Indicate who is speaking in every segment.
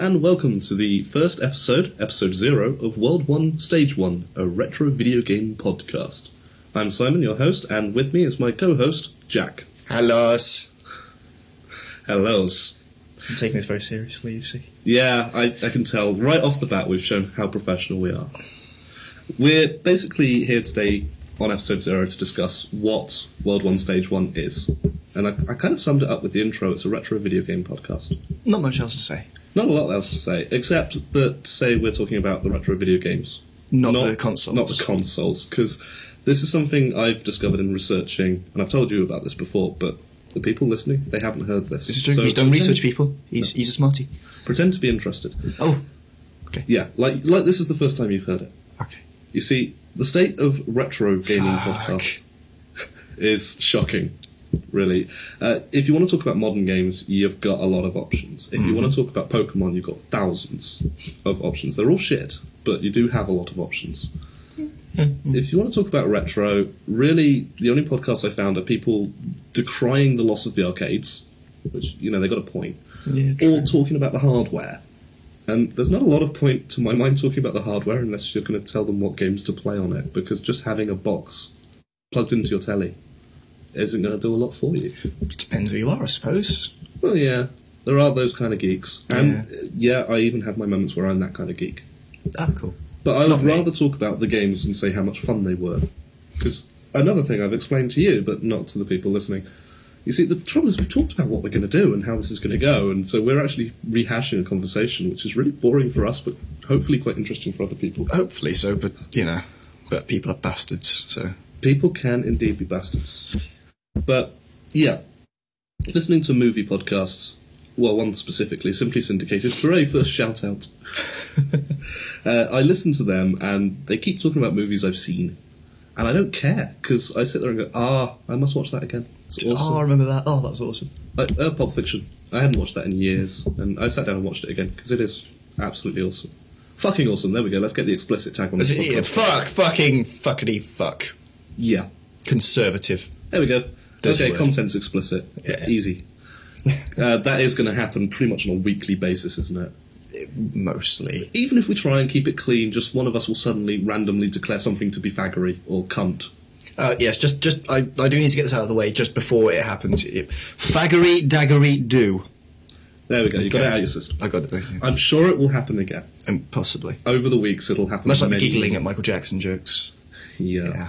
Speaker 1: and welcome to the first episode, episode zero, of World One Stage One, a retro video game podcast. I'm Simon, your host, and with me is my co host, Jack.
Speaker 2: Hellos.
Speaker 1: Hellos.
Speaker 2: I'm taking this very seriously, you see.
Speaker 1: Yeah, I, I can tell right off the bat we've shown how professional we are. We're basically here today on episode zero to discuss what World One Stage One is. And I, I kind of summed it up with the intro it's a retro video game podcast.
Speaker 2: Not much else to say.
Speaker 1: Not a lot else to say, except that, say, we're talking about the retro video games.
Speaker 2: Not, the consoles.
Speaker 1: Not the consoles, because this is something I've discovered in researching, and I've told you about this before, but the people listening, they haven't heard this.
Speaker 2: This is true.
Speaker 1: So
Speaker 2: he's done
Speaker 1: pretend-
Speaker 2: research, people. He's, he's a smarty.
Speaker 1: Pretend to be interested.
Speaker 2: Oh,
Speaker 1: Yeah, like, like this is the first time you've heard it.
Speaker 2: okay.
Speaker 1: You see, the state of retro gaming
Speaker 2: Fuck.
Speaker 1: podcasts is shocking, really. Uh, if you want to talk about modern games, you've got a lot of options. If you want
Speaker 2: Mm-hmm.
Speaker 1: to talk about Pokemon, you've got thousands of options. They're all shit, but you do have a lot of options.
Speaker 2: Mm.
Speaker 1: If you want to talk about retro, really, the only podcasts I found are people decrying the loss of the arcades, which, you know, they got a point,
Speaker 2: Yeah,
Speaker 1: or talking about the hardware. And there's not a lot of point, to my mind, talking about the hardware unless you're going to tell them what games to play on it, because just having a box plugged into your telly isn't going to do a lot for you.
Speaker 2: Depends who you are, I suppose.
Speaker 1: Well, yeah, there are those kind of geeks. And yeah, I even have my moments where I'm that kind of geek.
Speaker 2: Ah, cool.
Speaker 1: But I
Speaker 2: Not
Speaker 1: would
Speaker 2: me.
Speaker 1: rather talk about the games and say how much fun they were. Because another thing I've explained to you, but not to the people listening. You see, the trouble is we've talked about what we're going to do and how this is going to go, and so we're actually rehashing a conversation, which is really boring for us, but hopefully quite interesting for other people.
Speaker 2: Hopefully so, but, you know, but people are bastards, so.
Speaker 1: People can indeed be bastards. But, yeah, listening to movie podcasts, well, one specifically, Simply Syndicated, hooray, first shout out. uh, I listen to them and they keep talking about movies I've seen. And I don't care because I sit there and go, ah, I must watch that again. It's
Speaker 2: Oh, I
Speaker 1: awesome.
Speaker 2: remember that. Oh, that was awesome.
Speaker 1: Like, uh, Pulp Fiction. I hadn't watched that in years and I sat down and watched it again because it is absolutely awesome. Fucking awesome. There we go. Let's get the explicit tag on
Speaker 2: Was
Speaker 1: this
Speaker 2: it, yeah,
Speaker 1: podcast.
Speaker 2: fuck, fucking, fuckity, fuck.
Speaker 1: Yeah.
Speaker 2: Conservative.
Speaker 1: There we go.
Speaker 2: There's
Speaker 1: okay,
Speaker 2: the word.
Speaker 1: content's explicit.
Speaker 2: Yeah.
Speaker 1: Easy. uh, that is going to happen pretty much on a weekly basis, isn't it?
Speaker 2: Mostly.
Speaker 1: Even if we try and keep it clean, just one of us will suddenly randomly declare something to be faggery or cunt.
Speaker 2: Uh, yes, just, just, I, I do need to get this out of the way just before it happens. It- faggery, daggery, do.
Speaker 1: There we go. You got it
Speaker 2: Okay.
Speaker 1: out of your system.
Speaker 2: I got it. thank you.
Speaker 1: I'm sure it will happen again.
Speaker 2: Um, possibly.
Speaker 1: Over the weeks, it'll happen.
Speaker 2: Much like the
Speaker 1: many-
Speaker 2: giggling at Michael Jackson jokes.
Speaker 1: Yeah.
Speaker 2: Yeah.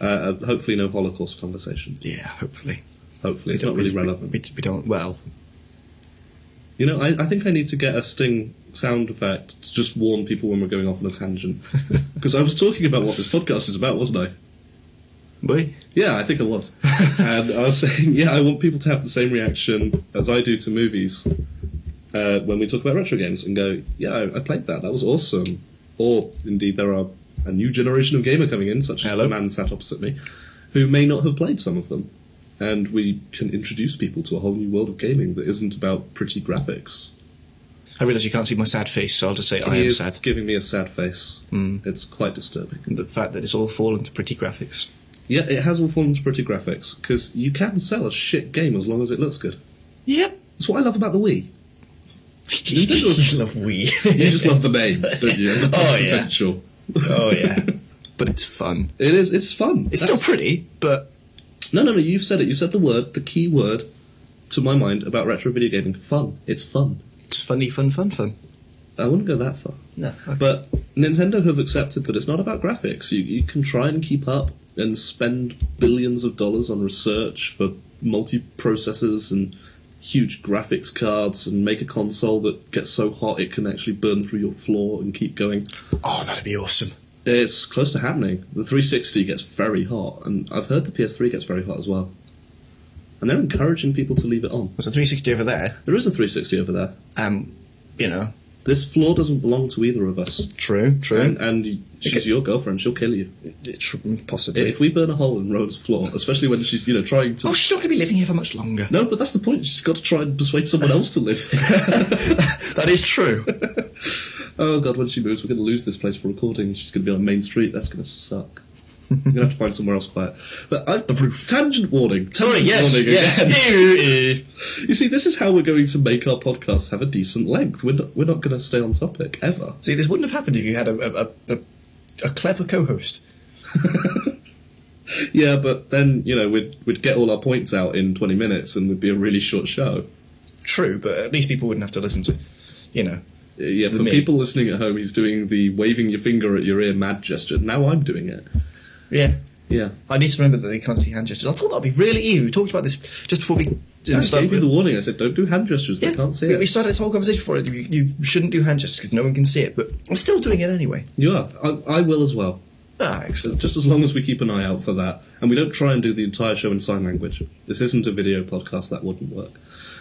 Speaker 1: Uh, Uh, hopefully, no Holocaust conversation.
Speaker 2: Yeah, hopefully.
Speaker 1: Hopefully, it's not really relevant.
Speaker 2: We, we don't, well,
Speaker 1: You know, I, I think I need to get a sting sound effect to just warn people when we're going off on a tangent. Because I was talking about what this podcast is about, wasn't I?
Speaker 2: we?
Speaker 1: Yeah, I think I was. and I was saying, yeah, I want people to have the same reaction as I do to movies uh, when we talk about retro games and go, yeah, I, I played that. That was awesome. Or indeed, there are a new generation of gamer coming in, such as
Speaker 2: Hello.
Speaker 1: the man sat opposite me, who may not have played some of them. And we can introduce people to a whole new world of gaming that isn't about pretty graphics.
Speaker 2: I realise you can't see my sad face, so I'll just say I
Speaker 1: He
Speaker 2: am
Speaker 1: is
Speaker 2: sad.
Speaker 1: giving me a sad face.
Speaker 2: Mm.
Speaker 1: It's quite disturbing.
Speaker 2: The fact that it's all fallen to pretty graphics.
Speaker 1: Yeah, it has all forms of pretty graphics because you can sell a shit game as long as it looks good.
Speaker 2: Yep.
Speaker 1: That's what I love about the Wii.
Speaker 2: you love we.
Speaker 1: You just love the name, don't you? And the
Speaker 2: Oh, yeah.
Speaker 1: potential.
Speaker 2: oh, yeah. But it's fun.
Speaker 1: It is. It's fun.
Speaker 2: It's
Speaker 1: That's-
Speaker 2: still pretty, but
Speaker 1: No, no, no. You've said it. You said the word, the key word, to my mind about retro video gaming. Fun. It's fun.
Speaker 2: it's funny, fun, fun, fun.
Speaker 1: I wouldn't go that far.
Speaker 2: No.
Speaker 1: But Nintendo have accepted that it's not about graphics. You, you can try and keep up and spend billions of dollars on research for multi processors and huge graphics cards and make a console that gets so hot it can actually burn through your floor and keep going.
Speaker 2: oh, that'd be awesome.
Speaker 1: It's close to happening. The 360 gets very hot, and I've heard the PS3 gets very hot as well. And they're encouraging people to leave it on.
Speaker 2: There's a 360 over there.
Speaker 1: There is a 360 over there.
Speaker 2: Um, you know.
Speaker 1: This floor doesn't belong to either of us.
Speaker 2: True,
Speaker 1: And, and she's
Speaker 2: Okay.
Speaker 1: your girlfriend, she'll kill you.
Speaker 2: It's possibly.
Speaker 1: If we burn a hole in Rhoda's floor, especially when she's, you know, trying to.
Speaker 2: oh, she's not going to be living here for much longer.
Speaker 1: no, but that's the point. She's got to try and persuade someone else to live.
Speaker 2: that is true.
Speaker 1: oh, God, when she moves, we're going to lose this place for recording. She's going to be on Main Street. That's going to suck. You're gonna have to find somewhere else quiet. But I, the roof. Tangent warning.
Speaker 2: Sorry,
Speaker 1: tangent
Speaker 2: yes,
Speaker 1: warning
Speaker 2: yes.
Speaker 1: again.
Speaker 2: Ew.
Speaker 1: You see, this is how we're going to make our podcast have a decent length. We're not, we're not going to stay on topic ever.
Speaker 2: See, this wouldn't have happened if you had a a, a, a clever co-host.
Speaker 1: Yeah, but then you know we'd we'd get all our points out in 20 minutes, and we'd be a really short show.
Speaker 2: True, but at least people wouldn't have to listen to, you know.
Speaker 1: Uh, Yeah, for
Speaker 2: Me.
Speaker 1: people listening at home, he's doing the waving your finger at your ear mad gesture. Now I'm doing it.
Speaker 2: Yeah.
Speaker 1: Yeah.
Speaker 2: I need to remember that they can't see hand gestures. I thought that'd be really ew. We talked about this just before we
Speaker 1: I
Speaker 2: didn't
Speaker 1: gave you the warning. I said, don't do hand gestures. They can't see
Speaker 2: we,
Speaker 1: it.
Speaker 2: we started this whole conversation before. You, you shouldn't do hand gestures because no one can see it, but I'm still doing it anyway.
Speaker 1: You are. I, I will as well.
Speaker 2: Ah, excellent.
Speaker 1: Just as long as we keep an eye out for that, and we don't try and do the entire show in sign language. This isn't a video podcast, that wouldn't work.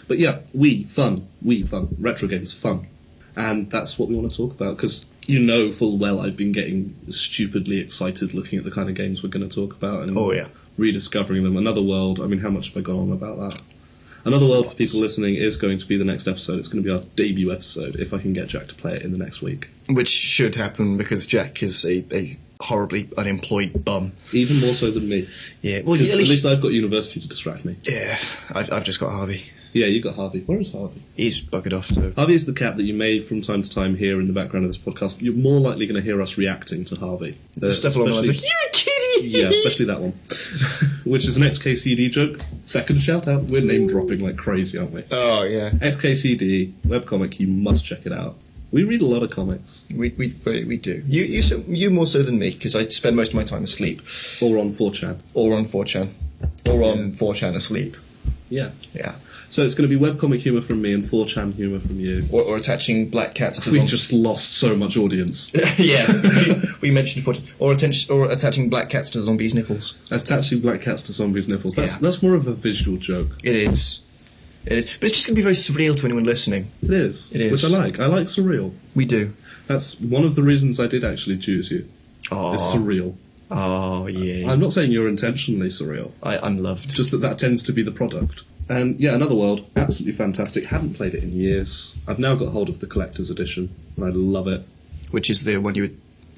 Speaker 1: But yeah, we fun, we fun, retro games fun, and that's what we want to talk about because you know full well I've been getting stupidly excited looking at the kind of games we're going to talk about and
Speaker 2: Oh, yeah.
Speaker 1: rediscovering them. Another World. I mean, how much have I gone on about that? Another World for people listening is going to be the next episode. It's going to be our debut episode if I can get Jack to play it in the next week.
Speaker 2: Which should happen because Jack is a, a horribly unemployed bum.
Speaker 1: Even more so than me.
Speaker 2: Yeah, well,
Speaker 1: 'Cause
Speaker 2: at least,
Speaker 1: at least I've got university to distract me.
Speaker 2: yeah. I've, I've just got Harvey.
Speaker 1: Yeah, you got Harvey. Where is Harvey?
Speaker 2: He's buggered off. So.
Speaker 1: Harvey is the cat that you may from time to time hear in the background of this podcast. You're more likely going to hear us reacting to Harvey. Uh,
Speaker 2: The stuff along the lines
Speaker 1: especially-
Speaker 2: of, you're a kitty!
Speaker 1: yeah, especially that one, which is an XKCD joke. Second shout out. We're name dropping like crazy, aren't we?
Speaker 2: Oh, yeah.
Speaker 1: XKCD webcomic. You must check it out. We read a lot of comics,
Speaker 2: We, we, we we do. You, you, so, you more so than me because I spend most of my time asleep
Speaker 1: or on 4chan.
Speaker 2: or on 4chan or on 4chan asleep.
Speaker 1: Yeah.
Speaker 2: Yeah.
Speaker 1: So it's going to be webcomic humour from me and 4chan humour from you.
Speaker 2: Or, or attaching black cats to
Speaker 1: We
Speaker 2: long-
Speaker 1: just lost so much audience.
Speaker 2: yeah, we, we mentioned foot or attention or attaching black cats to zombies' nipples.
Speaker 1: Attaching black cats to zombies' nipples. That's,
Speaker 2: Yeah.
Speaker 1: that's more of a visual joke.
Speaker 2: It is, it is, but it's just going to be very surreal to anyone listening.
Speaker 1: It is.
Speaker 2: It is.
Speaker 1: Which I like. I like surreal.
Speaker 2: We do.
Speaker 1: That's one of the reasons I did actually choose you.
Speaker 2: Oh,
Speaker 1: It's surreal.
Speaker 2: oh yeah.
Speaker 1: I'm not saying you're intentionally surreal,
Speaker 2: I, I'm loved.
Speaker 1: just that that tends to be the product. And yeah, Another World, absolutely fantastic. Haven't played it in years. I've now got hold of the collector's edition, and I love it.
Speaker 2: Which is the one you were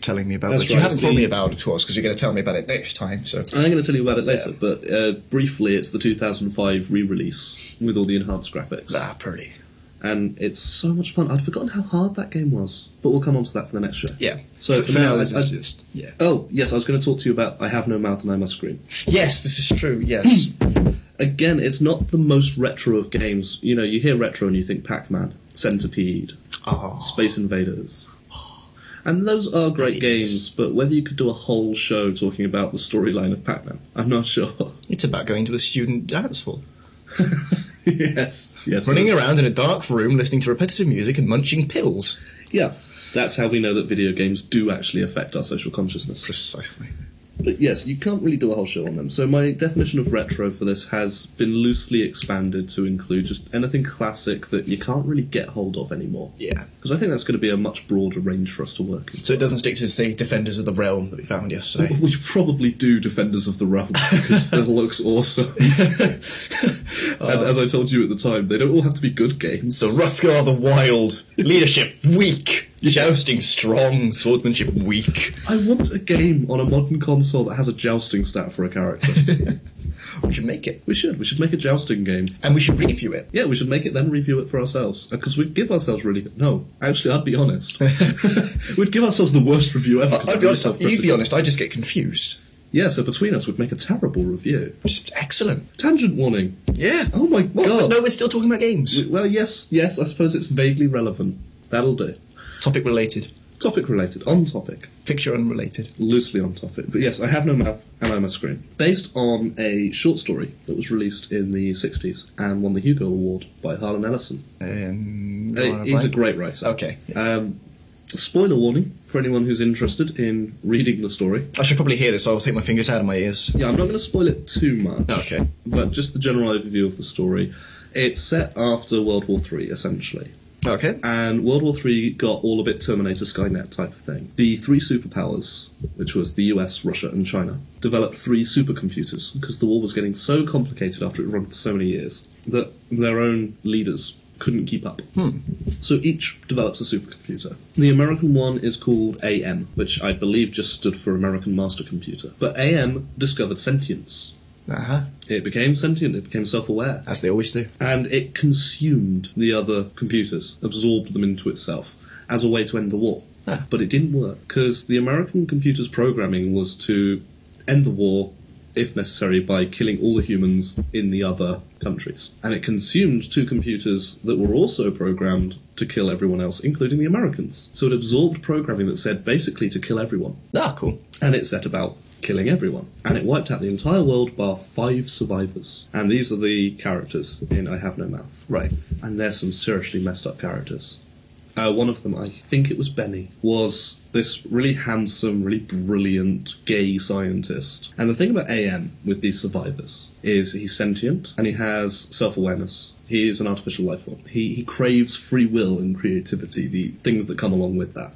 Speaker 2: telling me about,
Speaker 1: That's
Speaker 2: which
Speaker 1: right,
Speaker 2: you haven't
Speaker 1: it's the-
Speaker 2: told me about, of course, because you're going to tell me about it next time. So
Speaker 1: And I'm going to tell you about it later, but uh, briefly, it's the 2005 re release with all the enhanced graphics.
Speaker 2: ah, pretty.
Speaker 1: And it's so much fun. I'd forgotten how hard that game was, but we'll come on to that for the next show.
Speaker 2: Yeah.
Speaker 1: So
Speaker 2: for
Speaker 1: for now,
Speaker 2: now,
Speaker 1: I-
Speaker 2: this
Speaker 1: I-
Speaker 2: is just yeah.
Speaker 1: Oh, yes, I was going to talk to you about I Have No Mouth and I Must Scream.
Speaker 2: Yes, this is true. Yes.
Speaker 1: again, it's not the most retro of games. You know, you hear retro and you think Pac-Man, Centipede,
Speaker 2: oh,
Speaker 1: Space Invaders. And those are great
Speaker 2: Yes.
Speaker 1: games, but whether you could do a whole show talking about the storyline of Pac-Man, I'm not sure.
Speaker 2: it's about going to a student dance hall,
Speaker 1: yes, yes.
Speaker 2: running around in a dark room, listening to repetitive music and munching pills.
Speaker 1: Yeah. That's how we know that video games do actually affect our social consciousness.
Speaker 2: Precisely.
Speaker 1: But yes, you can't really do a whole show on them. So my definition of retro for this has been loosely expanded to include just anything classic that you can't really get hold of anymore.
Speaker 2: Yeah.
Speaker 1: Because I think that's going to be a much broader range for us to work in.
Speaker 2: So it doesn't stick to say Defenders of the Realm that we found yesterday.
Speaker 1: We probably do Defenders of the Realm because that looks awesome. and as I told you at the time, they don't all have to be good games.
Speaker 2: so Hrothgar the Wild, leadership weak, jousting strong, swordsmanship weak.
Speaker 1: I want a game on a modern console that has a jousting stat for a character.
Speaker 2: We should make it,
Speaker 1: we should. We should make a jousting game.
Speaker 2: and we should review it.
Speaker 1: Yeah, we should make it then review it for ourselves because we'd give ourselves really good. No, actually, I'd be honest. we'd give ourselves the worst review ever. 'cause
Speaker 2: I'd
Speaker 1: I'm
Speaker 2: be
Speaker 1: really
Speaker 2: honest. You'd
Speaker 1: self-critical.
Speaker 2: be honest. I just get confused.
Speaker 1: Yeah, so between us, we'd make a terrible review.
Speaker 2: Just excellent.
Speaker 1: Tangent warning.
Speaker 2: Yeah.
Speaker 1: Oh my
Speaker 2: Well,
Speaker 1: god.
Speaker 2: but no, we're still talking about games.
Speaker 1: Well, yes, yes. I suppose it's vaguely relevant. That'll do.
Speaker 2: Topic related,
Speaker 1: Topic related, on topic,
Speaker 2: picture unrelated.
Speaker 1: loosely on topic. But yes, I have no mouth and I must scream. Based on a short story that was released in the 60s and won the Hugo Award by Harlan Ellison.
Speaker 2: Um,
Speaker 1: Uh, He's a great writer.
Speaker 2: Okay.
Speaker 1: Um, spoiler warning for anyone who's interested in reading the story.
Speaker 2: I should probably hear this. I'll take my fingers out of my ears.
Speaker 1: Yeah, I'm not going to spoil it too much.
Speaker 2: Okay.
Speaker 1: But just the general overview of the story. It's set after World War Three, essentially.
Speaker 2: Okay.
Speaker 1: and World War Three got all a bit Terminator Skynet type of thing. The three superpowers, which was the US, Russia, and China, developed three supercomputers because the war was getting so complicated after it run for so many years that their own leaders couldn't keep up. So each develops a supercomputer. The American one is called AM, which I believe just stood for American Master Computer. But AM discovered sentience.
Speaker 3: Uh huh.
Speaker 1: It became sentient, it became self aware,
Speaker 3: As they always do.
Speaker 1: and it consumed the other computers, absorbed them into itself as a way to end the war.
Speaker 3: Ah.
Speaker 1: But it didn't work because the American computer's programming was to end the war, if necessary, by killing all the humans in the other countries. And it consumed two computers that were also programmed to kill everyone else, including the Americans. So it absorbed programming that said basically to kill everyone
Speaker 3: Ah, cool.
Speaker 1: and it set about killing everyone. And it wiped out the entire world bar five survivors. And these are the characters in I Have No Mouth.
Speaker 3: Right.
Speaker 1: And there's some seriously messed up characters. Uh, one of them, I think it was Benny, was this really handsome, really brilliant gay scientist. And the thing about AM with these survivors is he's sentient and he has self awareness. He is an artificial life form. He, he craves free will and creativity, the things that come along with that.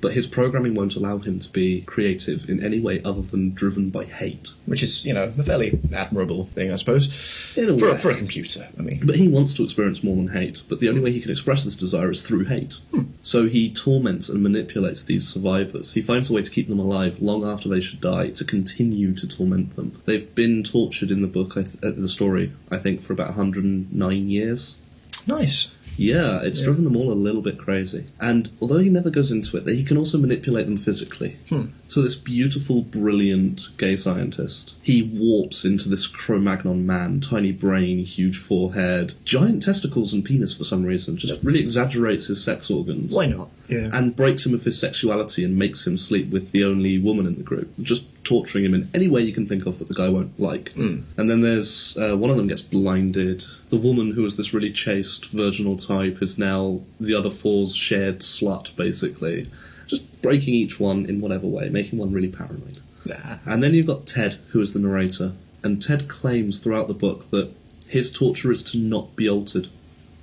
Speaker 1: But his programming won't allow him to be creative in any way other than driven by hate.
Speaker 3: Which is, you know, a fairly admirable thing, I suppose.
Speaker 1: In a
Speaker 3: for,
Speaker 1: way.
Speaker 3: A, for a computer, I mean.
Speaker 1: But he wants to experience more than hate, but the only way he can express this desire is through hate. So he torments and manipulates these survivors. He finds a way to keep them alive long after they should die to continue to torment them. They've been tortured in the book, I th- uh, the story, I think, for about 109 years.
Speaker 3: Nice.
Speaker 1: Yeah, it's driven them all a little bit crazy. And although he never goes into it, he can also manipulate them physically. So this beautiful, brilliant gay scientist, he warps into this Cro-Magnon man, tiny brain, huge forehead, giant testicles and penis for some reason, just really exaggerates his sex organs.
Speaker 3: Why not? Yeah.
Speaker 1: And breaks him of his sexuality and makes him sleep with the only woman in the group, just torturing him in any way you can think of that the guy won't like. And then there's uh, one of them gets blinded. The woman who was this really chaste virginal type is now the other four's shared slut, basically. Just breaking each one in whatever way, making one really paranoid.
Speaker 3: Ah.
Speaker 1: And then you've got Ted, who is the narrator, and Ted claims throughout the book that his torture is to not be altered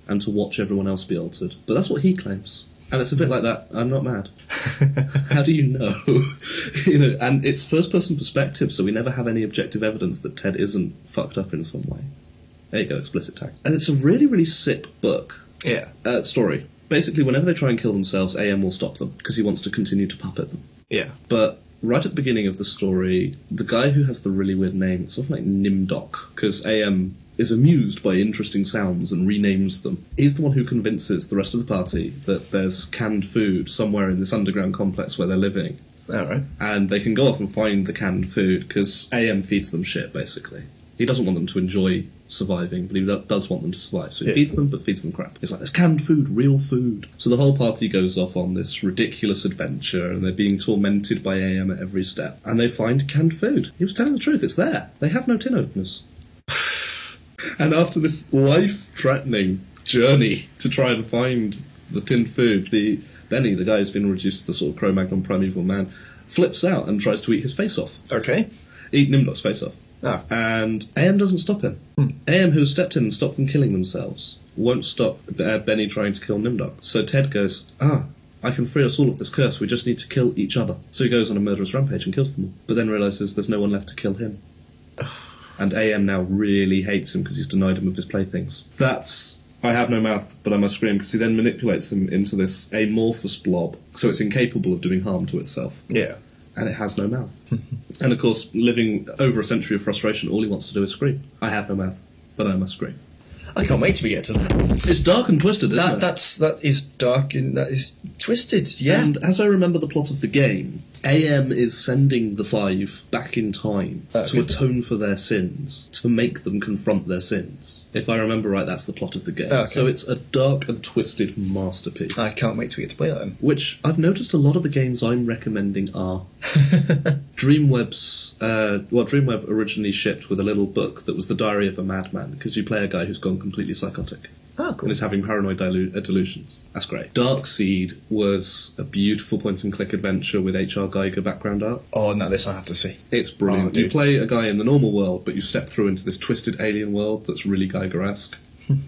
Speaker 1: and to watch everyone else be altered. But that's what he claims. And it's a bit like that, I'm not mad. How do you know? you know, and it's first person perspective, so we never have any objective evidence that Ted isn't fucked up in some way. There you go, explicit tag. And it's a really, really sick book
Speaker 3: Yeah.
Speaker 1: uh, story. Basically, whenever they try and kill themselves, AM will stop them because he wants to continue to puppet them.
Speaker 3: Yeah.
Speaker 1: But right at the beginning of the story, the guy who has the really weird name, it's something like Nimdoc, because AM is amused by interesting sounds and renames them. He's the one who convinces the rest of the party that there's canned food somewhere in this underground complex where they're living,
Speaker 3: All right.
Speaker 1: and they can go off and find the canned food because AM feeds them shit, basically. He doesn't want them to enjoy surviving, but he do- does want them to survive. So he
Speaker 3: Yeah.
Speaker 1: feeds them, but feeds them crap. It's like, there's canned food, real food. So the whole party goes off on this ridiculous adventure, and they're being tormented by AM at every step. And they find canned food. He was telling the truth, it's there. They have no tin openers. and after this life threatening journey to try and find the tin food, the Benny, the guy who's been reduced to the sort of Cro Magnon primeval man, flips out and tries to eat his face off.
Speaker 3: Okay.
Speaker 1: Eat Nimdoc's face off.
Speaker 3: Ah.
Speaker 1: And AM doesn't stop him. AM, who stepped in and stopped them killing themselves, won't stop uh, Benny trying to kill Nimdoc. So Ted goes, Ah, I can free us all of this curse, we just need to kill each other. So he goes on a murderous rampage and kills them all, but then realises there's no one left to kill him. And AM now really hates him because he's denied him of his playthings. That's. I have no mouth, but I must scream because he then manipulates him into this amorphous blob, so it's incapable of doing harm to itself
Speaker 3: Yeah.
Speaker 1: and it has no mouth. and of course, living over a century of frustration, all he wants to do is scream. I have no mouth, but I must scream.
Speaker 3: I can't wait to be get to that.
Speaker 1: It's dark and twisted, isn't
Speaker 3: That
Speaker 1: it?
Speaker 3: that's that is dark and that is twisted. Yeah.
Speaker 1: And as I remember the plot of the game, AM is sending the five back in time
Speaker 3: Oh,
Speaker 1: to
Speaker 3: okay.
Speaker 1: atone for their sins, to make them confront their sins. If I remember right, that's the plot of the game.
Speaker 3: Oh, okay.
Speaker 1: So it's a dark and twisted masterpiece.
Speaker 3: I can't wait to get to play that. Then.
Speaker 1: which I've noticed a lot of the games I'm recommending are Dreamweb's. Uh, well, Dreamweb originally shipped with a little book that was the Diary of a Madman because you play a guy who's gone completely psychotic
Speaker 3: Ah, cool.
Speaker 1: and is having paranoid dilu- uh, delusions. That's great. Dark Seed was a beautiful point and click adventure with H.R. Geiger background art.
Speaker 3: Oh no, this I have to see.
Speaker 1: It's
Speaker 3: Oh,
Speaker 1: brilliant.
Speaker 3: dude.
Speaker 1: you play a guy in the normal world, but you step through into this twisted alien world that's really Geiger esque.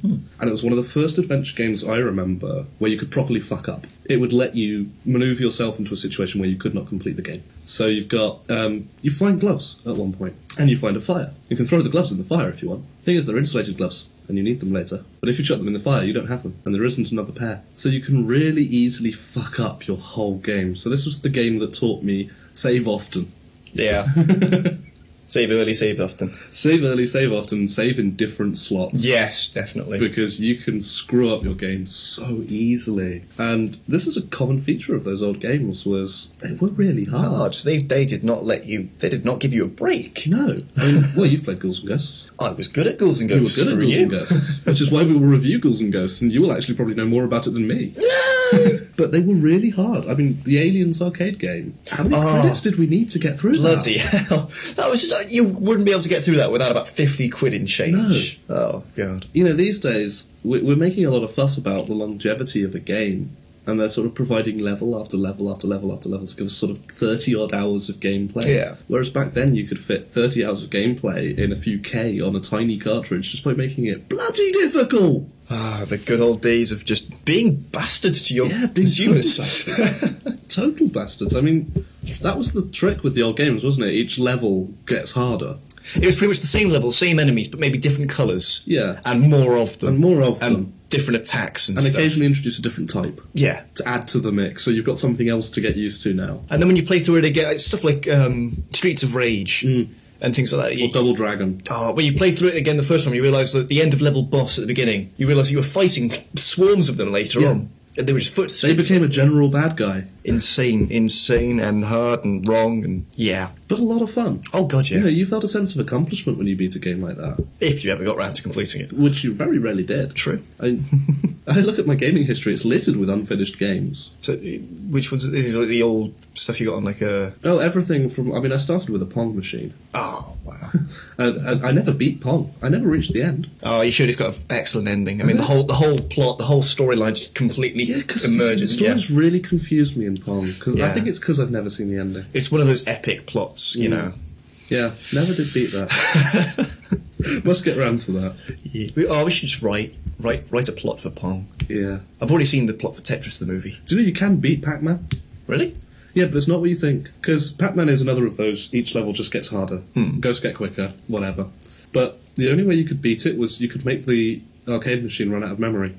Speaker 1: and it was one of the first adventure games I remember where you could properly fuck up. It would let you maneuver yourself into a situation where you could not complete the game. So you've got um, you find gloves at one point, and you find a fire. You can throw the gloves in the fire if you want. Thing is, they're insulated gloves, and you need them later. But if you chuck them in the fire, you don't have them, and there isn't another pair. So you can really easily fuck up your whole game. So this was the game that taught me save often.
Speaker 2: Yeah. save early, save often.
Speaker 1: Save early, save often, save in different slots.
Speaker 2: Yes, definitely.
Speaker 1: Because you can screw up your game so easily. And this is a common feature of those old games was they were really hard.
Speaker 2: Hard. They, they did not let you. They did not give you a break.
Speaker 1: No. I mean, well, you've played Ghouls and Ghosts.
Speaker 2: I was good at Ghouls and
Speaker 1: You were
Speaker 2: Ghosts.
Speaker 1: good at
Speaker 2: screw
Speaker 1: Ghouls
Speaker 2: you.
Speaker 1: and Ghosts. Which is why we will review Ghouls and Ghosts, and you will actually probably know more about it than me. but they were really hard. I mean, the Aliens arcade game. How many
Speaker 2: Oh.
Speaker 1: credits did we need to get through
Speaker 2: Bloody
Speaker 1: that?
Speaker 2: hell! That was just you wouldn't be able to get through that without about fifty quid in change. Oh god!
Speaker 1: You know, these days, we- we're making a lot of fuss about the longevity of a game. And they're sort of providing level after level after level after level to give us sort of 30 odd hours of gameplay.
Speaker 2: Yeah.
Speaker 1: Whereas back then you could fit 30 hours of gameplay in a few K on a tiny cartridge just by making it bloody difficult!
Speaker 2: Ah, the good old days of just being bastards to your
Speaker 1: Yeah, being
Speaker 2: consumers.
Speaker 1: total Total bastards. I mean, that was the trick with the old games, wasn't it? Each level gets harder.
Speaker 2: it was pretty much the same level, same enemies, but maybe different colours.
Speaker 1: Yeah.
Speaker 2: and more of them,
Speaker 1: And more of
Speaker 2: and
Speaker 1: them.
Speaker 2: different attacks and,
Speaker 1: And
Speaker 2: stuff.
Speaker 1: occasionally introduce a different type
Speaker 2: Yeah,
Speaker 1: to add to the mix, so you've got something else to get used to now.
Speaker 2: and then when you play through it again, it's stuff like um, Streets of Rage
Speaker 1: Mm.
Speaker 2: and things like that.
Speaker 1: Or
Speaker 2: You-
Speaker 1: Double Dragon.
Speaker 2: Oh, when you play through it again the first time, you realise that at the end of level boss at the beginning, you realise you were fighting swarms of them later
Speaker 1: Yeah.
Speaker 2: on. And they were just foot
Speaker 1: They became a general bad guy,
Speaker 2: insane, insane, and hard and wrong, and yeah.
Speaker 1: but a lot of fun.
Speaker 2: Oh god, yeah.
Speaker 1: You know, you felt a sense of accomplishment when you beat a game like that,
Speaker 2: If you ever got round to completing it,
Speaker 1: which you very rarely did.
Speaker 2: True.
Speaker 1: I, I look at my gaming history, it's littered with unfinished games.
Speaker 2: so uh, which ones? These are the old stuff you got on like uh, a.
Speaker 1: Oh, everything from. I mean, I started with a Pong machine.
Speaker 2: Oh wow.
Speaker 1: And, and I never beat Pong, I never reached the end.
Speaker 2: Oh, you should. It's got an excellent ending. I mean, the whole the whole plot, the whole storyline just completely
Speaker 1: Yeah, because the
Speaker 2: emerges. Yeah.
Speaker 1: story's really confused me in Pong. 'cause I
Speaker 2: Yeah.
Speaker 1: think it's because I've never seen the ending.
Speaker 2: It's one of those epic plots, you know.
Speaker 1: Yeah, never did beat that. Must get round to that.
Speaker 2: We, oh, we should just write write write a plot for Pong.
Speaker 1: Yeah.
Speaker 2: I've already seen the plot for Tetris the movie.
Speaker 1: Do you know you can beat Pac Man?
Speaker 2: Really?
Speaker 1: Yeah, but it's not what you think. Because Pac Man is another of those, each level just gets harder.
Speaker 2: Hmm.
Speaker 1: Ghosts get quicker, whatever. But the only way you could beat it was you could make the arcade machine run out of memory.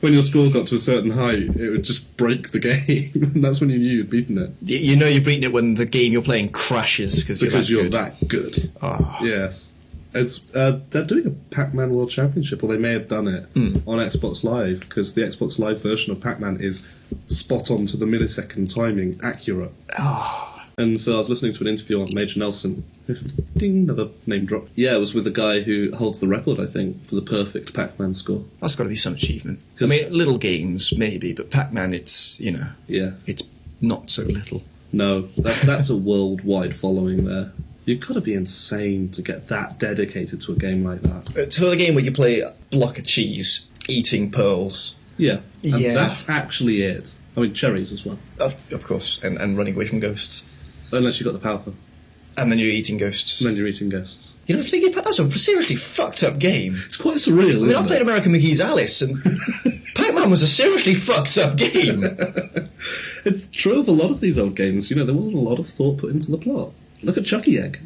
Speaker 1: when your score got to a certain height, it would just break the game. and that's when you knew you'd beaten it.
Speaker 2: You, you know you're beating it when the game you're playing crashes because
Speaker 1: because you're
Speaker 2: good.
Speaker 1: that good.
Speaker 2: Ah.
Speaker 1: Yes. It's, uh, they're doing a Pac-Man World Championship, or they may have done it
Speaker 2: Hmm.
Speaker 1: on Xbox Live, because the Xbox Live version of Pac-Man is spot on to the millisecond timing, accurate.
Speaker 2: Ah,
Speaker 1: And so I was listening to an interview on Major Nelson. Ding, another name drop. Yeah, it was with the guy who holds the record, I think, for the perfect Pac-Man score.
Speaker 2: That's got to be some achievement. I
Speaker 1: 'Cause-
Speaker 2: mean, little games maybe, but Pac-Man, it's you know,
Speaker 1: Yeah.
Speaker 2: it's not so little.
Speaker 1: No, that, that's a worldwide following there. You've got to be insane to get that dedicated to a game like that.
Speaker 2: It's a Uh, game where you play a block of cheese, eating pearls,
Speaker 1: Yeah. And
Speaker 2: Yeah.
Speaker 1: That's actually it. I mean, cherries as well.
Speaker 2: of, of course, and, and running away from ghosts,
Speaker 1: Unless you've got the power pump.
Speaker 2: and then you're eating ghosts.
Speaker 1: And then you're eating ghosts.
Speaker 2: You know, thinking about that was a seriously fucked up game.
Speaker 1: It's quite surreal,
Speaker 2: I mean, I
Speaker 1: isn't
Speaker 2: played
Speaker 1: it?
Speaker 2: American McGee's Alice, and Pac-Man was a seriously fucked up game.
Speaker 1: It's true of a lot of these old games. You know, there wasn't a lot of thought put into the plot. Look at Chucky Egg.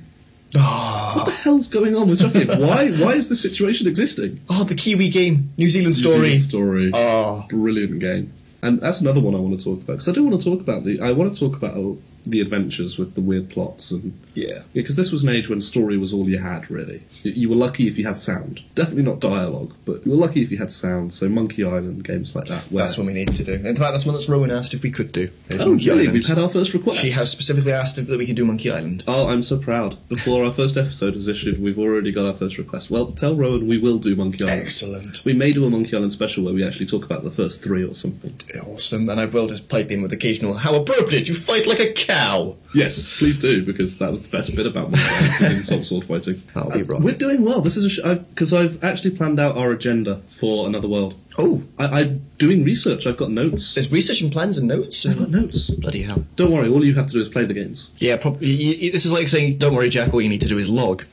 Speaker 2: oh,
Speaker 1: What the hell's going on with Chucky Egg? Why, why is this situation existing?
Speaker 2: oh, the Kiwi game, New Zealand story.
Speaker 1: New Zealand Story.
Speaker 2: Oh.
Speaker 1: Brilliant game. And that's another one I want to talk about. Because I do want to talk about the... I want to talk about uh, the adventures with the weird plots and...
Speaker 2: Yeah.
Speaker 1: Because this was an age when story was all you had, really. You, you were lucky if you had sound. Definitely not dialogue, but you were lucky if you had sound. So Monkey Island, games like that. Where,
Speaker 2: That's what we need to do. In fact, that's one that's Rowan asked if we could do. Is
Speaker 1: Oh, really? We've had our first request.
Speaker 2: She has specifically asked if that we could do Monkey Island.
Speaker 1: Oh, I'm so proud. Before our first episode is issued, we've already got our first request. Well, tell Rowan we will do Monkey Island.
Speaker 2: Excellent.
Speaker 1: We may do a Monkey Island special where we actually talk about the first three or something.
Speaker 2: Awesome. And I will just pipe in with occasional, how appropriate, you fight like a cow.
Speaker 1: Yes, please do, because that was the best bit about Monkey Island, was in sword fighting.
Speaker 2: That'll be
Speaker 1: Uh,
Speaker 2: right.
Speaker 1: We're doing well. This is because I've actually planned out our agenda for Another World.
Speaker 2: Oh,
Speaker 1: I, I'm doing research. I've got notes.
Speaker 2: there's research and plans and notes.
Speaker 1: I've got
Speaker 2: And
Speaker 1: notes.
Speaker 2: bloody hell.
Speaker 1: Don't worry, all you have to do is play the games.
Speaker 2: Yeah, probably. This is like saying, don't worry, Jack, all you need to do is log.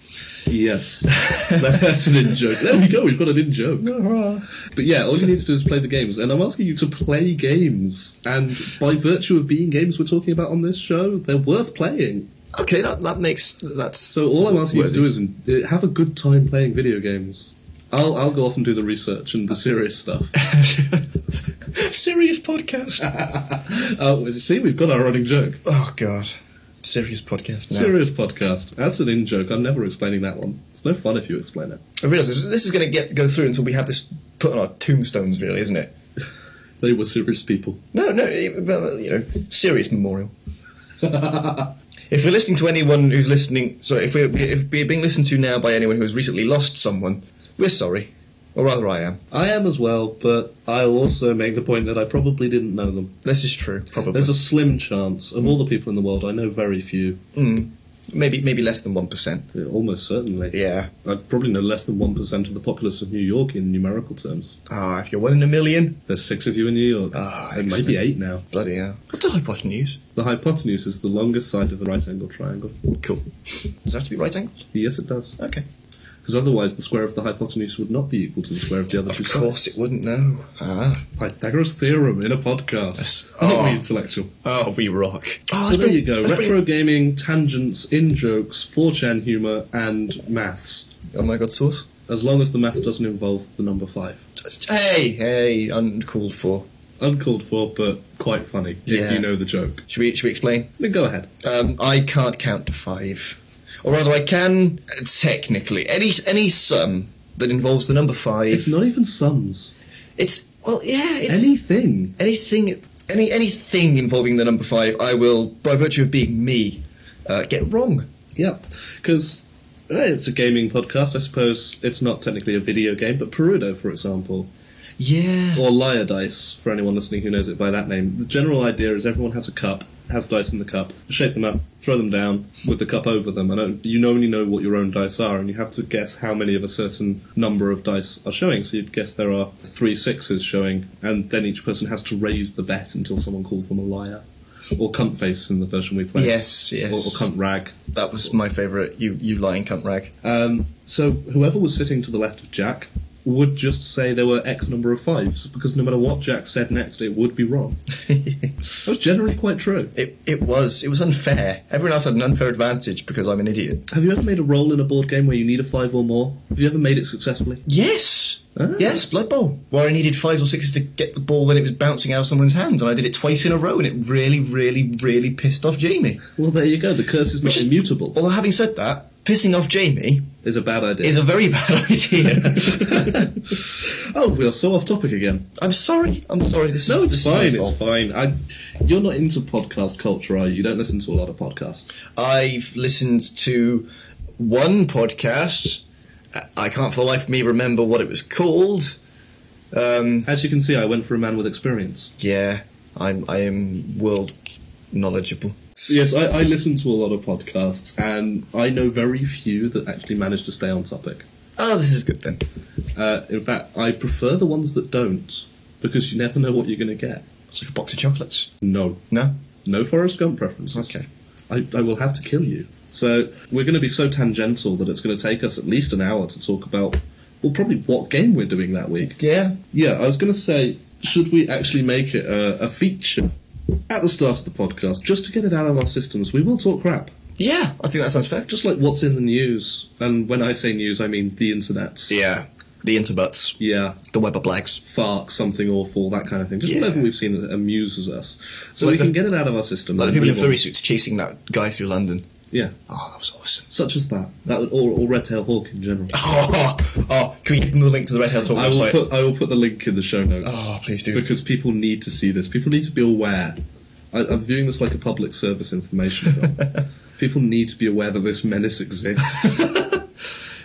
Speaker 1: Yes. That's an in joke. There we go, we've got an in joke. But yeah, all you need to do is play the games. And I'm asking you to play games. And by virtue of being games we're talking about on this show, they're worth playing.
Speaker 3: Okay, that that makes that's
Speaker 1: So all I'm asking
Speaker 3: Worthy.
Speaker 1: you to do is uh, have a good time playing video games. I'll, I'll go off and do the research and the serious stuff.
Speaker 2: Serious podcast.
Speaker 1: Uh, see, we've got our running joke.
Speaker 2: oh God. Serious podcast. No.
Speaker 1: Serious podcast. That's an in joke. I'm never explaining that one. It's no fun if you explain it.
Speaker 2: I realise this, this is going to get go through until we have this put on our tombstones, really, isn't it?
Speaker 1: They were serious people.
Speaker 2: No, no, it- well, you know, serious memorial. if we're listening to anyone who's listening, sorry, if we're, if we're being listened to now by anyone who has recently lost someone, we're sorry. Or rather, I am.
Speaker 1: I am as well, but I'll also make the point that I probably didn't know them.
Speaker 2: This is true, probably.
Speaker 1: There's a slim chance. Of all the people in the world, I know very few.
Speaker 2: Hmm. maybe maybe less than 1%.
Speaker 1: Yeah, Almost certainly.
Speaker 2: Yeah.
Speaker 1: I probably know less than 1% of the populace of New York in numerical terms.
Speaker 2: Ah, if you're one in a million,
Speaker 1: There's six of you in New York.
Speaker 2: Ah,
Speaker 1: there may
Speaker 2: excellent.
Speaker 1: be eight now.
Speaker 2: bloody hell. What's a hypotenuse?
Speaker 1: The hypotenuse is the longest side of a right angle triangle.
Speaker 2: Cool. Does it have to be right angled?
Speaker 1: Yes, it does.
Speaker 2: Okay.
Speaker 1: Because otherwise, the square of the hypotenuse would not be equal to the square of the other two
Speaker 2: Of course it wouldn't, no. Ah.
Speaker 1: sides. Pythagoras theorem in a podcast.
Speaker 2: Yes.
Speaker 1: Aren't we
Speaker 2: Oh.
Speaker 1: intellectual?
Speaker 2: Oh, we rock. Oh,
Speaker 1: So there you go. Retro gaming, tangents, in jokes, 4chan humour, and maths.
Speaker 2: Oh my god, sauce.
Speaker 1: As long as the maths doesn't involve the number five.
Speaker 2: Hey, hey, uncalled for.
Speaker 1: Uncalled for, but quite funny if
Speaker 2: Yeah.
Speaker 1: you know the joke.
Speaker 2: Should we, should we explain?
Speaker 1: Then go ahead.
Speaker 2: Um, I can't count to five, or rather, I can uh, technically any any sum that involves the number
Speaker 1: It's
Speaker 2: five.
Speaker 1: not even sums.
Speaker 2: It's well, yeah, it's
Speaker 1: Anything.
Speaker 2: anything, any anything involving the number five. I will, by virtue of being me, uh, get wrong.
Speaker 1: Yeah. Because eh, it's a gaming podcast. I suppose it's not technically a video game, but Perudo, for example,
Speaker 2: Yeah,
Speaker 1: or Liar Dice, for anyone listening who knows it by that name. The general idea is everyone has a cup, has dice in the cup, shake them up, throw them down with the cup over them, and uh, you only know what your own dice are, and you have to guess how many of a certain number of dice are showing. So you'd guess there are three sixes showing, and then each person has to raise the bet until someone calls them a liar. Or cunt face in the version we play.
Speaker 2: Yes, yes.
Speaker 1: Or, or cunt rag.
Speaker 2: that was my favourite. You you lying cunt rag.
Speaker 1: Um, so whoever was sitting to the left of Jack would just say there were X number of fives because no matter what Jack said next, it would be wrong. that was generally quite true.
Speaker 2: It it was it was unfair. Everyone else had an unfair advantage because I'm an idiot.
Speaker 1: Have you ever made a roll in a board game where you need a five or more? Have you ever made it successfully?
Speaker 2: Yes.
Speaker 1: Ah.
Speaker 2: Yes, Blood Bowl. Where I needed fives or sixes to get the ball when it was bouncing out of someone's hands, and I did it twice in a row, and it really, really, really pissed off Jamie.
Speaker 1: Well, there you go. The curse is not
Speaker 2: is-
Speaker 1: immutable.
Speaker 2: Although, having said that, pissing off Jamie
Speaker 1: Is a bad idea.
Speaker 2: is a very bad idea.
Speaker 1: oh, we are so off topic again.
Speaker 2: I'm sorry. I'm sorry. This
Speaker 1: No,
Speaker 2: is,
Speaker 1: it's
Speaker 2: this
Speaker 1: fine.
Speaker 2: Is my
Speaker 1: It's
Speaker 2: fault.
Speaker 1: fine. I, you're not into podcast culture, are you? You don't listen to a lot of podcasts.
Speaker 2: I've listened to one podcast. I- I can't for the life of me remember what it was called. Um,
Speaker 1: As you can see, I went for a man with experience.
Speaker 2: yeah, I'm I am world knowledgeable.
Speaker 1: Yes, I, I listen to a lot of podcasts, and I know very few that actually manage to stay on topic.
Speaker 2: Oh, this is good then.
Speaker 1: Uh, in fact, I prefer the ones that don't because you never know what you're going to get.
Speaker 2: It's like a box of chocolates.
Speaker 1: No,
Speaker 2: No.
Speaker 1: no Forrest Gump preferences.
Speaker 2: Okay.
Speaker 1: I, I will have to kill you. So we're going to be so tangential that it's going to take us at least an hour to talk about, well, probably what game we're doing that week.
Speaker 2: Yeah.
Speaker 1: Yeah, I was going to say, should we actually make it a, a feature at the start of the podcast just to get it out of our systems? We will talk crap.
Speaker 2: Yeah, I think that sounds fair.
Speaker 1: just like what's in the news. And when I say news, I mean the internet.
Speaker 2: Yeah. The interbuts,
Speaker 1: Yeah,
Speaker 2: the web of blags.
Speaker 1: fark, something awful, that kind of thing. Just
Speaker 2: Yeah.
Speaker 1: whatever we've seen that amuses us. So
Speaker 2: Like
Speaker 1: we
Speaker 2: the-
Speaker 1: can get it out of our system.
Speaker 2: Like the
Speaker 1: and
Speaker 2: people in
Speaker 1: move on.
Speaker 2: furry suits chasing that guy through London.
Speaker 1: Yeah,
Speaker 2: Oh, that was awesome.
Speaker 1: such as that. That would, or, or Red Tail Hawk in general.
Speaker 2: Oh, oh, oh, can we give them the link to the Red Hill Talk
Speaker 1: I will,
Speaker 2: Oh, website?
Speaker 1: put, I will put the link in the show notes.
Speaker 2: Oh, please do.
Speaker 1: Because people need to see this. People need to be aware. I, I'm viewing this like a public service information film. people need to be aware that this menace exists.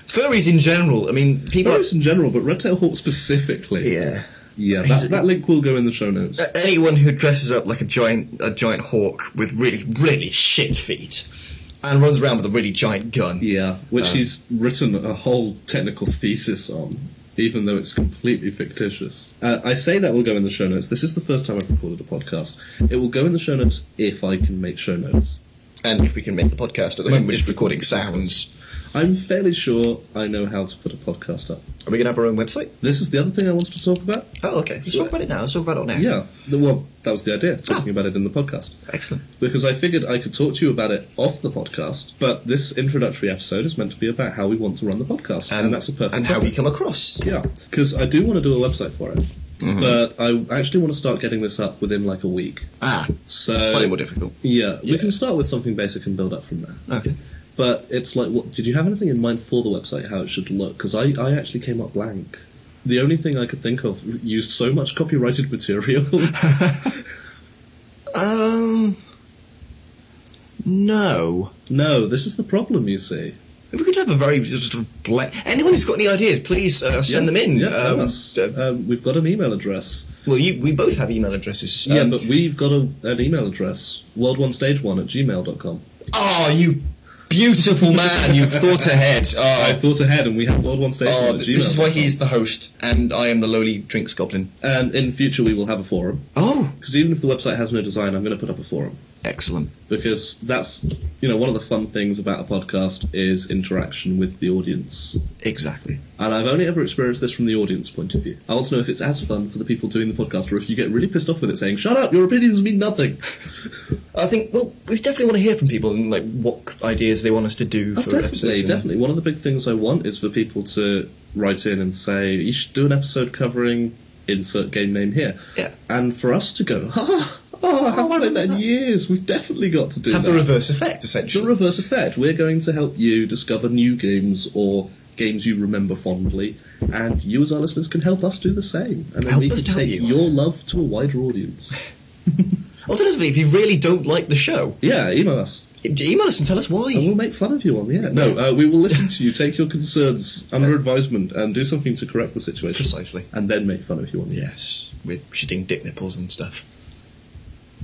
Speaker 2: Furries in general, I mean, people.
Speaker 1: Virus in general, but Red Tail Hawk specifically.
Speaker 2: yeah.
Speaker 1: Yeah,
Speaker 2: He's-
Speaker 1: that, that link will go in the show notes.
Speaker 2: A- Anyone who dresses up like a giant, a giant hawk with really, really shit feet, and runs around with a really giant gun.
Speaker 1: Yeah, which
Speaker 2: Um,
Speaker 1: he's written a whole technical thesis on, even though it's completely fictitious. Uh, I say that will go in the show notes. This is the first time I've recorded a podcast. It will go in the show notes if I can make show notes.
Speaker 2: And if we can make the podcast at the moment, we're just recording sounds.
Speaker 1: I'm fairly sure I know how to put a podcast up.
Speaker 2: Are we going to have our own website?
Speaker 1: This is the other thing I wanted to talk about.
Speaker 2: Oh, okay. Let's talk about it now. Let's talk about it on air.
Speaker 1: Yeah, the, well, that was the idea, talking about it in the podcast.
Speaker 2: Excellent.
Speaker 1: Because I figured I could talk to you about it off the podcast, but this introductory episode is meant to be about how we want to run the podcast, and, that's a perfect
Speaker 2: And how we
Speaker 1: topic.
Speaker 2: come across.
Speaker 1: Yeah, because I do want to do a website for it,
Speaker 2: Mm-hmm.
Speaker 1: but I actually want to start getting this up within like a week.
Speaker 2: Ah,
Speaker 1: So
Speaker 2: slightly more difficult.
Speaker 1: Yeah, we can start with something basic and build up from there.
Speaker 2: Okay.
Speaker 1: But it's like, what, did you have anything in mind for the website, how it should look? Because I, I actually came up blank. The only thing I could think of used so much copyrighted material.
Speaker 2: Um, no.
Speaker 1: no, this is the problem, you see.
Speaker 2: If we could have a very just sort of bla- anyone who's got any ideas, please uh, send them in.
Speaker 1: Yeah, tell
Speaker 2: Um,
Speaker 1: us.
Speaker 2: uh,
Speaker 1: Um, we've got an email address.
Speaker 2: well, you, we both have email addresses.
Speaker 1: yeah,
Speaker 2: Um,
Speaker 1: but we've got a, an email address world1stage1 at gmail.com.
Speaker 2: oh, you beautiful man, you've thought ahead.
Speaker 1: I
Speaker 2: Oh,
Speaker 1: thought ahead, and we have world1stage1
Speaker 2: oh,
Speaker 1: at gmail.
Speaker 2: this is why he's the host, and I am the lowly drinks goblin.
Speaker 1: And in future, we will have a forum.
Speaker 2: Oh,
Speaker 1: Because even if the website has no design, I'm going to put up a forum.
Speaker 2: excellent.
Speaker 1: because that's you know one of the fun things about a podcast is interaction with the audience
Speaker 2: Exactly.
Speaker 1: and i've only ever experienced this from the audience point of view i want to know if it's as fun for the people doing the podcast or if you get really pissed off with it saying shut up your opinions mean nothing
Speaker 2: I think well, we definitely want to hear from people and like what ideas they want us to do for
Speaker 1: Oh, definitely
Speaker 2: episodes. and-
Speaker 1: definitely one of the big things i want is for people to write in and say you should do an episode covering insert game name here
Speaker 2: Yeah.
Speaker 1: and for us to go ah, oh, I haven't done
Speaker 2: I remember
Speaker 1: that in
Speaker 2: that.
Speaker 1: years. We've definitely got to do
Speaker 2: Have
Speaker 1: that.
Speaker 2: the reverse effect,
Speaker 1: the
Speaker 2: essentially.
Speaker 1: reverse effect. We're going to help you discover new games or games you remember fondly, and you, as our listeners, can help us do the same. And then
Speaker 2: Help
Speaker 1: we
Speaker 2: us
Speaker 1: can
Speaker 2: to help
Speaker 1: take
Speaker 2: you.
Speaker 1: your love to a wider audience.
Speaker 2: Alternatively, if you really don't like the show,
Speaker 1: Yeah, email us,
Speaker 2: e- email us and tell us why.
Speaker 1: and we'll make fun of you on the air. No, uh, we will listen to you, take your concerns under advisement, and do something to correct the situation.
Speaker 2: Precisely.
Speaker 1: And then make fun of you on the air.
Speaker 2: Yes, with shitting dick nipples and stuff.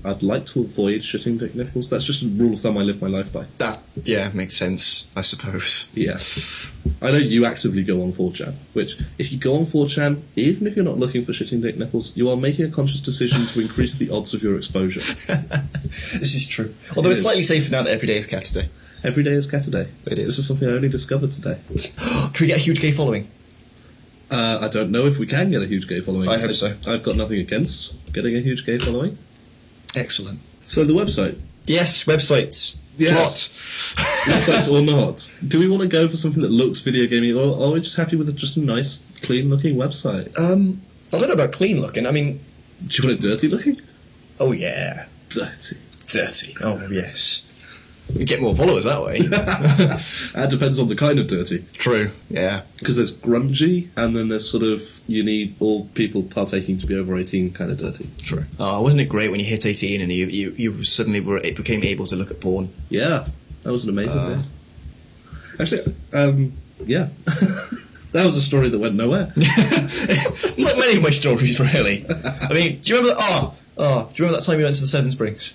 Speaker 1: I'd like to avoid shitting dick nipples. That's just a rule of thumb I live my life by.
Speaker 2: That, yeah, makes sense, I suppose.
Speaker 1: Yes. I know you actively go on 4chan, which, if you go on 4chan, even if you're not looking for shitting dick nipples, you are making a conscious decision to increase the odds of your exposure.
Speaker 2: This is true. Although it's
Speaker 1: is.
Speaker 2: slightly safer now that every day is Cat Day.
Speaker 1: Every day is Cat Day.
Speaker 2: It is.
Speaker 1: This is something I only discovered today.
Speaker 2: Can we get a huge gay following?
Speaker 1: Uh, I don't know if we can get a huge gay following.
Speaker 2: I hope so.
Speaker 1: I've got nothing against getting a huge gay following.
Speaker 2: Excellent.
Speaker 1: So, the website.
Speaker 2: Yes, websites.
Speaker 1: Yes. Websites or not. Do we want to go for something that looks video gamey, or are we just happy with just a nice, clean looking website?
Speaker 2: Plot. Um, I don't know about clean looking. I mean,
Speaker 1: Do you want it dirty looking?
Speaker 2: oh yeah.
Speaker 1: Dirty.
Speaker 2: Dirty. Oh, yes. You get more followers that way.
Speaker 1: That depends on the kind of dirty.
Speaker 2: true. Yeah.
Speaker 1: because there's grungy and then there's sort of you need all people partaking to be over 18 kind of dirty
Speaker 2: True. Oh, wasn't it great when you hit 18 and you, you, you suddenly were, it became able to look at porn?
Speaker 1: yeah that was an amazing
Speaker 2: Uh.
Speaker 1: day actually um, yeah that was a story that went nowhere
Speaker 2: like many of my stories, really. I mean, do you remember? Oh, oh, do you remember that time we went to the Seven Springs?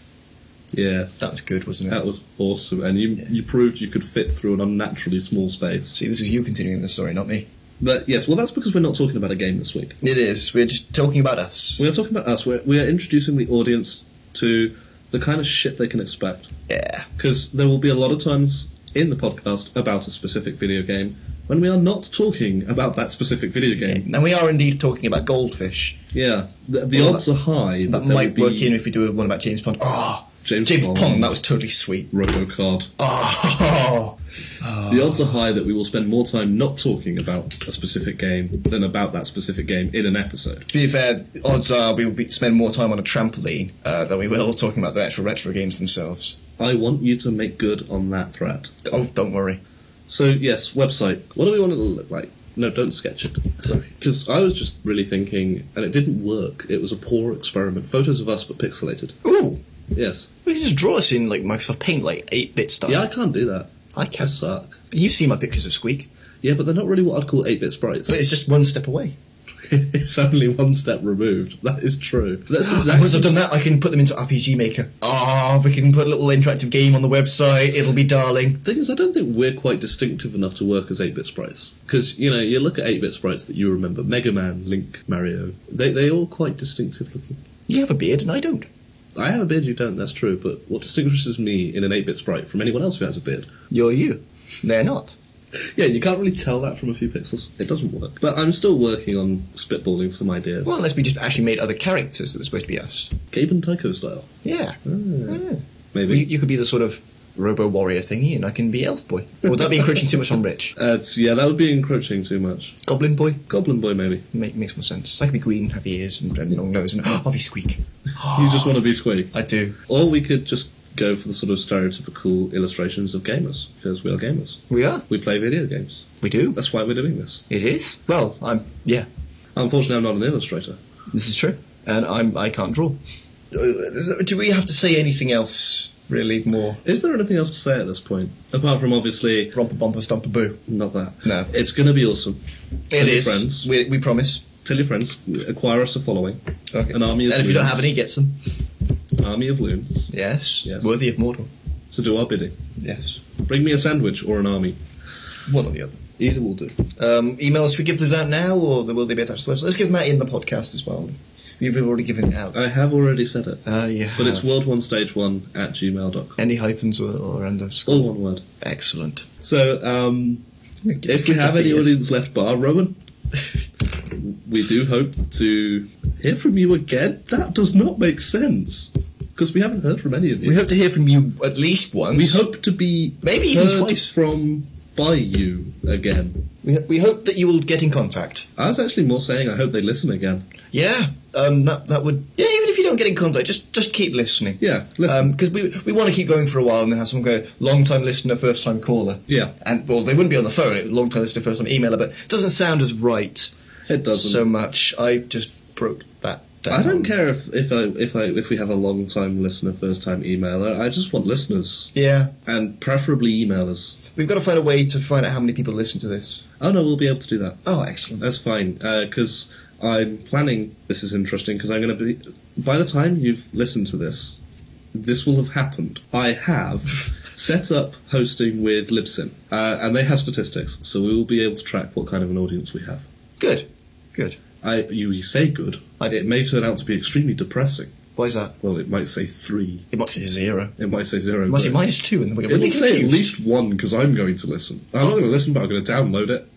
Speaker 1: yes
Speaker 2: That was good, wasn't it?
Speaker 1: that was awesome and you you proved you could fit through an unnaturally small space
Speaker 2: See, this is you continuing the story, not me.
Speaker 1: but yes well that's because we're not talking about a game this week
Speaker 2: It is. We're just talking about us.
Speaker 1: we are talking about us we're, we are introducing the audience to the kind of shit they can expect
Speaker 2: Yeah.
Speaker 1: because there will be a lot of times in the podcast about a specific video game when we are not talking about that specific video game.
Speaker 2: And we are indeed talking about goldfish.
Speaker 1: Yeah, the, the
Speaker 2: Well,
Speaker 1: odds are high that,
Speaker 2: That
Speaker 1: there
Speaker 2: might
Speaker 1: will
Speaker 2: work
Speaker 1: be
Speaker 2: in if we do one about James Pond. Oh,
Speaker 1: James Bond.
Speaker 2: Pond. That was totally sweet.
Speaker 1: RoboCard.
Speaker 2: Oh,
Speaker 1: The odds are high that we will spend more time not talking about a specific game than about that specific game in an episode.
Speaker 2: to be fair, odds are we will be, spend more time on a trampoline uh, than we will talking about the actual retro games themselves.
Speaker 1: I want you to make good on that threat.
Speaker 2: Oh, don't worry.
Speaker 1: So yes, website. What do we want it to look like? No, don't sketch it.
Speaker 2: Sorry.
Speaker 1: Because I was just really thinking, and it didn't work. It was a poor experiment. Photos of us, but pixelated.
Speaker 2: Ooh,
Speaker 1: Yes.
Speaker 2: we can just draw us in like Microsoft Paint, like eight bit style.
Speaker 1: Yeah, I can't do that.
Speaker 2: I
Speaker 1: I
Speaker 2: can.
Speaker 1: suck.
Speaker 2: You've seen my pictures of Squeak.
Speaker 1: Yeah, but they're not really what I'd call 8 bit sprites.
Speaker 2: But it's just one step away.
Speaker 1: it's only one step removed. That is true. That's
Speaker 2: Once I've
Speaker 1: exactly.
Speaker 2: done that, I can put them into RPG Maker. Ah, we can put a little interactive game on the website. It'll be darling.
Speaker 1: The thing is, I don't think we're quite distinctive enough to work as 8 bit sprites. Because, you know, you look at 8 bit sprites that you remember Mega Man, Link, Mario, they, they're all quite distinctive looking.
Speaker 2: You have a beard and I don't.
Speaker 1: I have a beard, you don't, that's true, but what distinguishes me in an 8 bit sprite from anyone else who has a beard?
Speaker 2: You're you. They're not.
Speaker 1: yeah, you can't really tell that from a few pixels. It doesn't work. But I'm still working on spitballing some ideas.
Speaker 2: Well, unless we just actually made other characters that were supposed to be us.
Speaker 1: Gabe and Tycho style, Ah,
Speaker 2: Yeah. Yeah.
Speaker 1: maybe.
Speaker 2: Well, you, you could be the sort of robo warrior thingy, and I can be elf boy. Or would that be encroaching too much on Rich?
Speaker 1: Uh, it's- yeah, that would be encroaching too much.
Speaker 2: Goblin boy
Speaker 1: Goblin boy, maybe.
Speaker 2: Make, makes more sense. I could be green, have ears and, and long nose, and I'll be squeak.
Speaker 1: You just want to be squeak.
Speaker 2: I do.
Speaker 1: Or we could just go for the sort of stereotypical illustrations of gamers because we are gamers.
Speaker 2: We are.
Speaker 1: We play video games.
Speaker 2: We do.
Speaker 1: That's why we're doing this.
Speaker 2: It is. Well, I'm. Yeah,
Speaker 1: Unfortunately, I'm not an illustrator.
Speaker 2: this is true, and I'm. I can't draw. Do we have to say anything else? Really, more
Speaker 1: Is there anything else to say at this point apart from obviously
Speaker 2: romper bumper stomper boo.
Speaker 1: not that?
Speaker 2: No.
Speaker 1: It's going to be awesome. Tell
Speaker 2: It
Speaker 1: your
Speaker 2: is.
Speaker 1: friends.
Speaker 2: We, we promise.
Speaker 1: Tell your friends. Acquire us a following.
Speaker 2: Okay.
Speaker 1: An army of
Speaker 2: and if you don't
Speaker 1: loons.
Speaker 2: have any, get some.
Speaker 1: Army of loons.
Speaker 2: Yes.
Speaker 1: Yes.
Speaker 2: Worthy of mortal.
Speaker 1: So do our bidding.
Speaker 2: Yes.
Speaker 1: Bring me a sandwich or an army.
Speaker 2: One or the other.
Speaker 1: Either will do.
Speaker 2: Um, emails, should we give those out now, or will they be attached to the website? Let's give them out in the podcast as well. We've already given it out.
Speaker 1: I have already said it.
Speaker 2: uh, yeah.
Speaker 1: But it's world one stage one at gmail.com.
Speaker 2: Any hyphens or, or end of school.
Speaker 1: All one word.
Speaker 2: Excellent.
Speaker 1: So, um, if we have any audience left bar, Rowan, we do hope to hear from you again. That does not make sense because we haven't heard from any of you.
Speaker 2: We hope to hear from you at least once.
Speaker 1: We hope to be
Speaker 2: Maybe even
Speaker 1: heard
Speaker 2: twice.
Speaker 1: from by you again.
Speaker 2: We, we hope that you will get in contact.
Speaker 1: I was actually more saying I hope they listen again.
Speaker 2: Yeah, um, that that would. Yeah, even if you don't get in contact, just just keep listening.
Speaker 1: Yeah, listen.
Speaker 2: because we we want to keep going for a while and then have someone go long time listener, first time caller.
Speaker 1: Yeah.
Speaker 2: and well, they wouldn't be on the phone. It long time listener, first time emailer, but it doesn't sound as right
Speaker 1: It doesn't.
Speaker 2: so much. I just broke that. down.
Speaker 1: I don't care if if I, if I if we have a long time listener, first time emailer. I just want listeners
Speaker 2: Yeah,
Speaker 1: and preferably emailers.
Speaker 2: we've got to find a way to find out how many people listen to this.
Speaker 1: Oh no, we'll be able to do that.
Speaker 2: Oh, excellent.
Speaker 1: That's fine, because I'm planning. This is interesting because I'm going to be. By the time you've listened to this, this will have happened. I have set up hosting with Libsyn, uh, and they have statistics, so we will be able to track what kind of an audience we have.
Speaker 2: Good, good.
Speaker 1: I, you say good.
Speaker 2: I-
Speaker 1: it may turn out to be extremely depressing.
Speaker 2: Why is that?
Speaker 1: Well, it might say three.
Speaker 2: It must be zero.
Speaker 1: It might say zero.
Speaker 2: It must
Speaker 1: but
Speaker 2: be minus two, and then we get
Speaker 1: it will
Speaker 2: really
Speaker 1: say at
Speaker 2: confused.
Speaker 1: least one because I'm going to listen. I'm not going to listen, but I'm going to download it.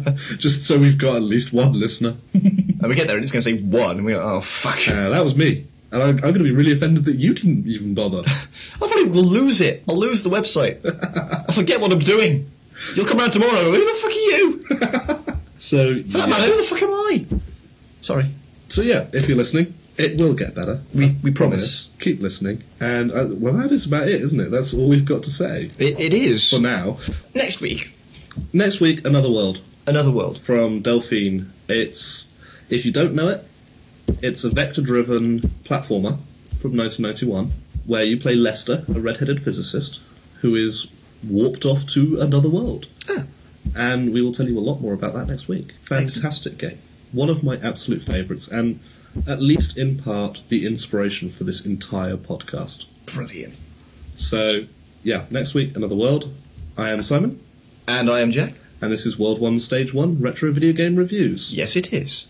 Speaker 1: Just so we've got at least one listener.
Speaker 2: and we get there, and it's going to say one, and we go, oh fuck.
Speaker 1: Uh, that was me. And I'm, I'm going to be really offended that you didn't even bother.
Speaker 2: I probably will lose it. I'll lose the website. I forget what I'm doing. You'll come round tomorrow. and go, Who the fuck are you? For
Speaker 1: So,
Speaker 2: that matter,
Speaker 1: yeah.
Speaker 2: who the fuck am I? Sorry.
Speaker 1: so yeah, if you're listening, it will get better.
Speaker 2: We we promise.
Speaker 1: Keep listening. And uh, well, that is about it, isn't it? That's all we've got to say
Speaker 2: It, it is.
Speaker 1: for now.
Speaker 2: Next week,
Speaker 1: Next week, another world
Speaker 2: another world.
Speaker 1: from Delphine. It's if you don't know it, it's a vector-driven platformer from 1991 where you play Lester, a red-headed physicist, who is warped off to another world.
Speaker 2: Ah,
Speaker 1: and we will tell you a lot more about that next week. Fantastic game. One of my absolute favourites, and at least in part the inspiration for this entire podcast.
Speaker 2: brilliant.
Speaker 1: So, yeah, next week, another world. I am Simon,
Speaker 2: And I am Jack.
Speaker 1: and this is World 1 Stage 1 Retro Video Game Reviews.
Speaker 2: Yes, it is.